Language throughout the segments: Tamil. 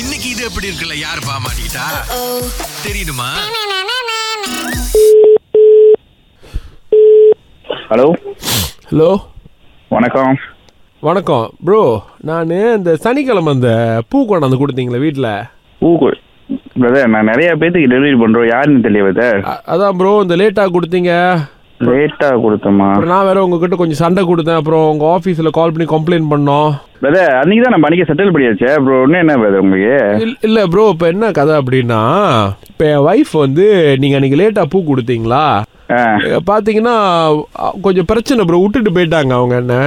இன்னைக்கு இது எப்படி இருக்குல்ல யார் பாமாட்டா தெரியுமா ஹலோ ஹலோ வணக்கம் வணக்கம் ப்ரோ நான் இந்த சனிக்கிழமை அந்த பூ கொண்டாந்து கொடுத்தீங்களே வீட்டில் ஊகுள் பிரதர் நான் நிறைய பேத்துக்கு டெலிவரி பண்றோம் யாருன்னு தெரியல பிரதர் அதான் ப்ரோ இந்த லேட்டாக கொடுத்தீங்க லேட்டா கொடுத்தோமா அப்புறம் நான் வேற உங்ககிட்ட கொஞ்சம் சண்டை கொடுத்தேன் அப்புறம் உங்கள் ஆஃபீஸில் கால் பண்ணி கம்ப்ளைண்ட் பண்ணோம் பிரதர் அன்னைக்கு தான் நான் பண்ணிக்க செட்டில் பண்ணியாச்சு அப்புறம் ஒன்றும் என்ன பிரதர் உங்களுக்கு இல்- இல்ல ப்ரோ இப்போ என்ன கதை அப்படின்னா இப்போ என் ஒய்ஃப் வந்து நீங்கள் அன்றைக்கி லேட்டாக பூ கொடுத்தீங்களா ஆ பார்த்தீங்கன்னா அ- கொஞ்சம் பிரச்சனை ப்ரோ விட்டுட்டு போயிட்டாங்க அவங்க என்ன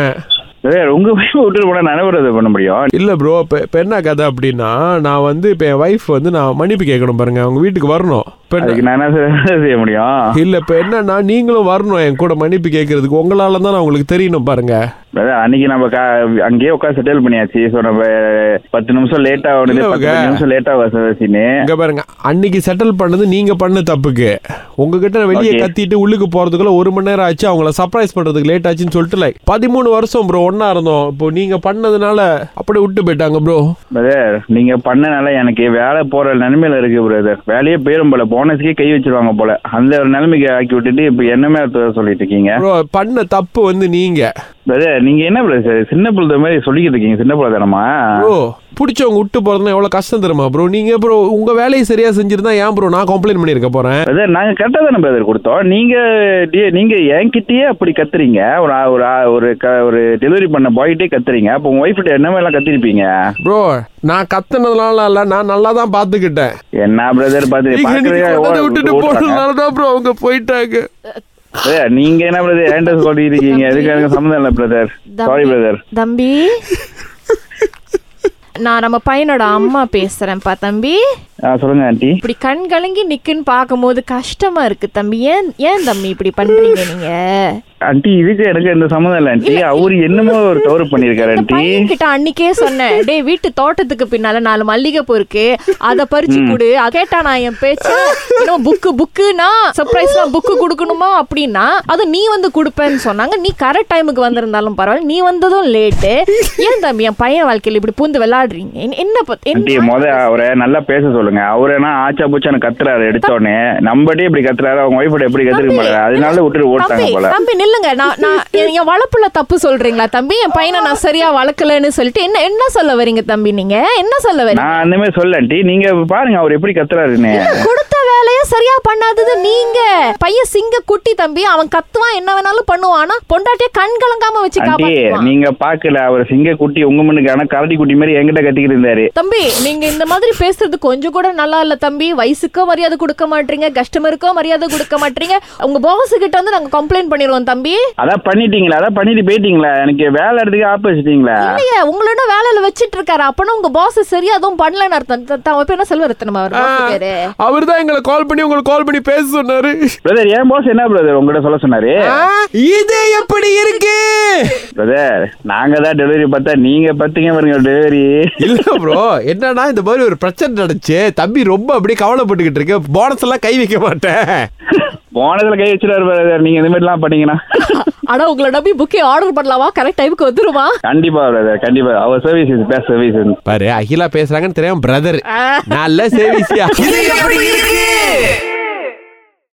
பிரதர் உங்க wife அ விட்டுட்டு போனா நானே பிரதர் பண்ண முடியும் இல்லை ப்ரோ இப்போ இப்போ என்ன கதை அப்படின்னா நான் வந்து இப்போ என் ஒய்ஃப் வந்து நான் மன்னிப்பு கேட்கணும் பாருங்க அவங்க வீட்டுக்கு வரணும் இப்போ என்ன- அதுக்கு நான் என்ன sir செய்ய முடியும் இல்ல இப்ப என்னன்னா நீங்களும் வரணும் என் கூட மன்னிப்பு கேட்கறதுக்கு உங்களால தான் நான் உங்களுக்கு தெரியணும் பாருங்க பிரதர் அன்னைக்கு நம்ம கா அங்கேயே உட்காந்து செட்டில் பண்ணியாச்சு ஸோ நம்ம பத்து நிமிஷம் லேட் ஆகணுது இல்ல, பத்து உங்க- நிமிஷம் லேட் ஆகாசின்னு இங்க பாருங்க அன்னைக்கு செட்டில் பண்ணது நீங்க பண்ண தப்புக்கு உங்ககிட்ட நான் வெளியே Okay. கத்திட்டு உள்ளுக்கு போறதுக்குள்ள ஒரு மணி நேரம் ஆச்சு அவங்கள சர்ப்ரைஸ் பண்றதுக்கு லேட் ஆச்சுன்னு சொல்லிட்டு like பதிமூணு வருஷம் ப்ரோ ஒண்ணா இருந்தோம் இப்போ நீங்க பண்ணதுனால அப்படியே விட்டு போயிட்டாங்க ப்ரோ பிரதர் நீங்க பண்ணனால எனக்கு வேலை போற நிலைமையில இருக்கு பிரதர் வேலையே போயிடும் போல போனஸ்க்கே கை வச்சிருவாங்க போல அந்த ஒரு நிலைமைக்கு ஆக்கி விட்டுட்டு இப்ப என்னமே சொல்லிட்டு இருக்கீங்க ப்ரோ பண்ண தப்பு வந்து நீங்க பிரதர் நீங்க என்ன பிரதர் சின்ன பிள்ளை மாதிரி சொல்லிக்கிட்டு இருக்கீங்க சின்ன பிள்ளை தானமா ப்ரோ பிடிச்சவங்க விட்டு போறதுன்னா எவ்வளவு கஷ்டம் தெரியுமா ப்ரோ நீங்க ப்ரோ உங்க வேலையை சரியா செஞ்சிருந்தா ஏன் ப்ரோ நான் கம்ப்ளைண்ட் பண்ணியிருக்க போறேன் பிரதர் நாங்க கரெக்டா தானே பிரதர் கொடுத்தோம் நீங்க டி- நீங்க என்கிட்டயே அப்படி கத்துறீங்க ஒரு ஆ- ஒரு ஆ- ஒரு க- ஒரு டெலிவரி பண்ண பாய்கிட்டே கத்துறீங்க அப்போ உங்க ஒய்ஃப் கிட்ட என்ன மாதிரி எல்லாம் கத்திருப்பீங்க ப்ரோ நான் கத்துனதுனால இல்ல நான் நல்லா தான் பாத்துக்கிட்டேன் என்ன பிரதர் பாத்து நீங்க இன்னைக்கு பாக்குறதே கொண்டாந்து ஓ- விட்டுட்டு ஓடுறாங்க. போனதுனாலதான் bro அவங்க போயிட்டாங்க. பிரதர், நீங்க என்ன பிரதர் ஏன்டா சொல்லிட்டு இருக்கீங்க எதுக்கு எனக்கு சம்மந்தம் இல்ல பிரதர் தம்பி- சாரி பிரதர் தம்பி நான் நம்ம பையனோட அம்மா பேசுறேன்ப்பா தம்பி ஆ சொல்லுங்க ஆண்டி இப்படி கண் கலங்கி நிக்குன்னு பார்க்கும்போது கஷ்டமா இருக்கு தம்பி ஏன் ஏன் தம்பி இப்படி பண்றீங்க நீங்க ஆண்டி இதுக்கு எனக்கு எந்த சம்மந்தம் இல்லை ஆண்டி அவரு என்னமோ ஒரு தவறு பண்ணியிருக்காரு இந்த ஆண்டி பையன்கிட்ட அன்னைக்கே சொன்னேன் டேய் வீட்டு தோட்டத்துக்கு பின்னால நாலு மல்லிகைப்பூ இருக்கு அத பறிச்சு கொடு அத கேட்டா நான் என் பேச்ச இன்னும் புக்கு புக்குனா சர்ப்ரைஸ்னா புக்கு கொடுக்கணுமா அப்படின்னா அது நீ வந்து கொடுப்பேன்னு சொன்னாங்க நீ கரெக்ட் டைமுக்கு வந்திருந்தாலும் பரவாயில்ல நீ வந்ததும் லேட்டு ஏன் தம்பி என் பையன் வாழ்க்கையில இப்படி பூந்து விளையாடுறீங்க என்ன- என்ன பத்தி- ஆண்டி என்ன முத அவரை நல்லா பேச சொல்லுங்க அவர் என்ன ஆச்சா பூச்சான்னு கத்துறாரு எடுத்தோடனே நம்மகிட்டே இப்படி கத்துறாரு அவங்க ஒய்ஃபோட எப்படி கத்துக்க மாட்டாரு அதனால விட்டுட்டு தம்பி ஓட்டாங்க போல தம்பி நில்லுங்க நான் நான் என் என் வளர்ப்புல தப்பு சொல்றீங்களா தம்பி என் பையனை நான் சரியா வளர்க்கலன்னு சொல்லிட்டு என்ன என்ன சொல்ல வரீங்க தம்பி நீங்க என்ன சொல்ல வரீங்க நான் அந்த மாதிரி சொல்ல ஆண்டி நீங்க பாருங்க அவர் எப்படி கத்துறாருன்னு கொடுத்த வேலைய சரியா பண்ணாதது நீங்க பையன் சிங்க குட்டி தம்பி அவன் கத்துவான் என்ன வேணாலும் பண்ணுவான் ஆனா பொண்டாட்டிய கண் கலங்காம வச்சு ஆண்டி காப்பாத்துவான் நீங்க பாக்கல அவர் சிங்க குட்டி உங்க மண்ணுக்கு ஆனா கரடி குட்டி மாதிரி என்கிட்ட கத்திக்கிட்டு இருந்தாரு தம்பி நீங்க இந்த மாதிரி பேசுறது கொஞ்சம் கூட நல்லா இல்ல தம்பி வயசுக்கோ மரியாதை கொடுக்க மாட்டீங்க கஸ்டமருக்கோ மரியாதை கொடுக்க மாட்டீங்க உங்க பாஸ் கிட்ட வந்து நாங்க கம்ப்ளைண்ட் பண்ணிடுவோம் தம்பி அதான் பண்ணிட்டீங்களா அதான் பண்ணிட்டு போயிட்டீங்களா எனக்கு வேலை இடத்துக்கு ஆப்போசிட்டீங்களா இல்லையே உங்களோட வேலையில வச்சிட்டு இருக்காரு அப்பனா உங்க பாஸ் சரியா அதுவும் பண்ணலன்னு அர்த்தம் த- த- அவன் பேர் என்ன செல்வரத்னம் அவர் ஆ, boss பேரு அவர்தான் எங்களை கால் பண்ணி உங்களுக்கு கால் பண்ணி பேச சொன்னாரு பிரதர் ஏன் போஸ் என்ன பிரதர் உங்ககிட்ட சொல்ல சொன்னாரு ஆ, இது எப்படி இருக்கு பிரதர் நாங்க தான் டெலிவரி பார்த்தா நீங்க பார்த்தீங்க பாருங்க டெலிவரி இல்ல ப்ரோ என்னன்னா இந்த மாதிரி ஒரு பிரச்சனை நடந்துச்சு தம்பி ரொம்ப அப்படியே கவலைப்பட்டுக்கிட்டு இருக்கு போனஸ் எல்லாம் கை வைக்க மாட்டேன் போனதுல கை வச்சிடாரு பிரதர் நீங்க இந்த மாதிரி எல்லாம் பண்ணீங்கன்னா ஆனா உங்களை நம்பி புக்கே ஆர்டர் பண்ணலாமா கரெக்ட் டைமுக்கு வந்துருமா கண்டிப்பா பிரதர் கண்டிப்பா அவர் சர்வீஸ் இஸ் பெஸ்ட் சர்வீஸ் பாரு அகிலா பேசுறாங்கன்னு தெரியாம பிரதர் நல்ல சேவிசியா இது எப்படி இருக்கு